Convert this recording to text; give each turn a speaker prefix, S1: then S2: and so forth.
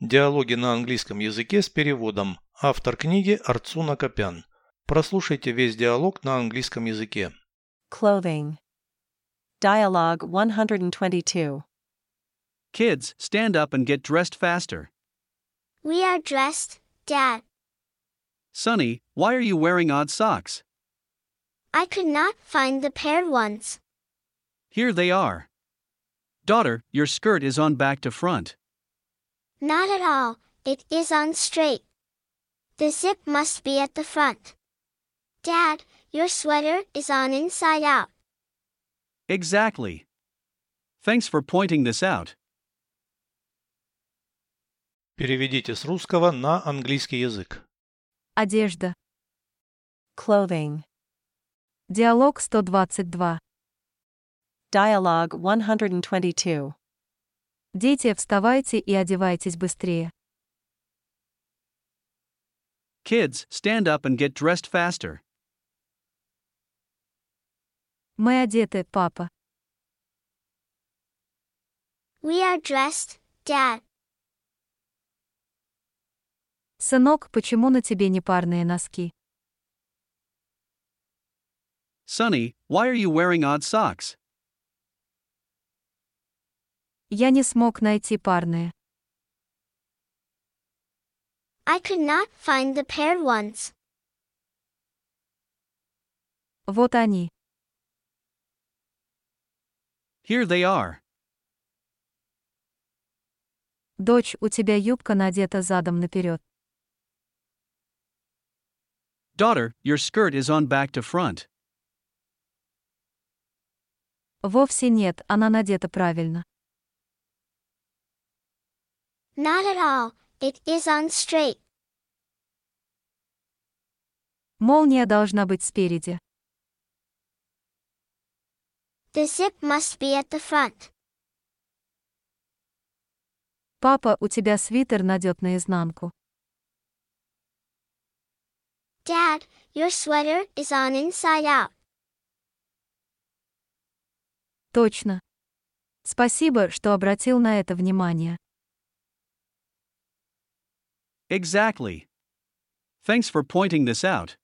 S1: Диалоги на английском языке с переводом. Автор книги Арцуна Копян. Прослушайте весь диалог на английском языке.
S2: Clothing. Dialogue 122.
S3: Kids, stand up and get dressed faster.
S4: We are dressed, Dad.
S3: Sonny, why are you wearing odd socks?
S4: I could not find the paired ones.
S3: Here they are. Daughter, your skirt is on back to front.
S4: Not at all, it is on straight. The zip must be at the front. Dad, your sweater is on inside out.
S3: Exactly. Thanks for pointing this out.
S1: Переведите с русского на английский язык.
S5: Одежда.
S2: Clothing.
S5: Диалог 122.
S2: Dialogue 122.
S5: Дети, вставайте и одевайтесь быстрее.
S3: Kids, stand up and get dressed faster.
S5: Мы одеты, папа.
S4: We are dressed, Dad.
S5: Сынок, почему на тебе не парные носки?
S3: Sonny, why are you wearing odd socks?
S5: Я не смог найти парные.
S4: I could not find the paired ones.
S5: Вот они.
S3: Here they are.
S5: Дочь, у тебя юбка надета задом наперед.
S3: Daughter, your skirt is on back to front.
S5: Вовсе нет, она надета правильно.
S4: Not at all, it is on straight.
S5: Молния должна быть спереди.
S4: The zip must be at the front.
S5: Папа, у тебя свитер надет наизнанку.
S4: Dad, your sweater is on inside out.
S5: Точно. Спасибо, что обратил на это внимание.
S3: Exactly. Thanks for pointing this out.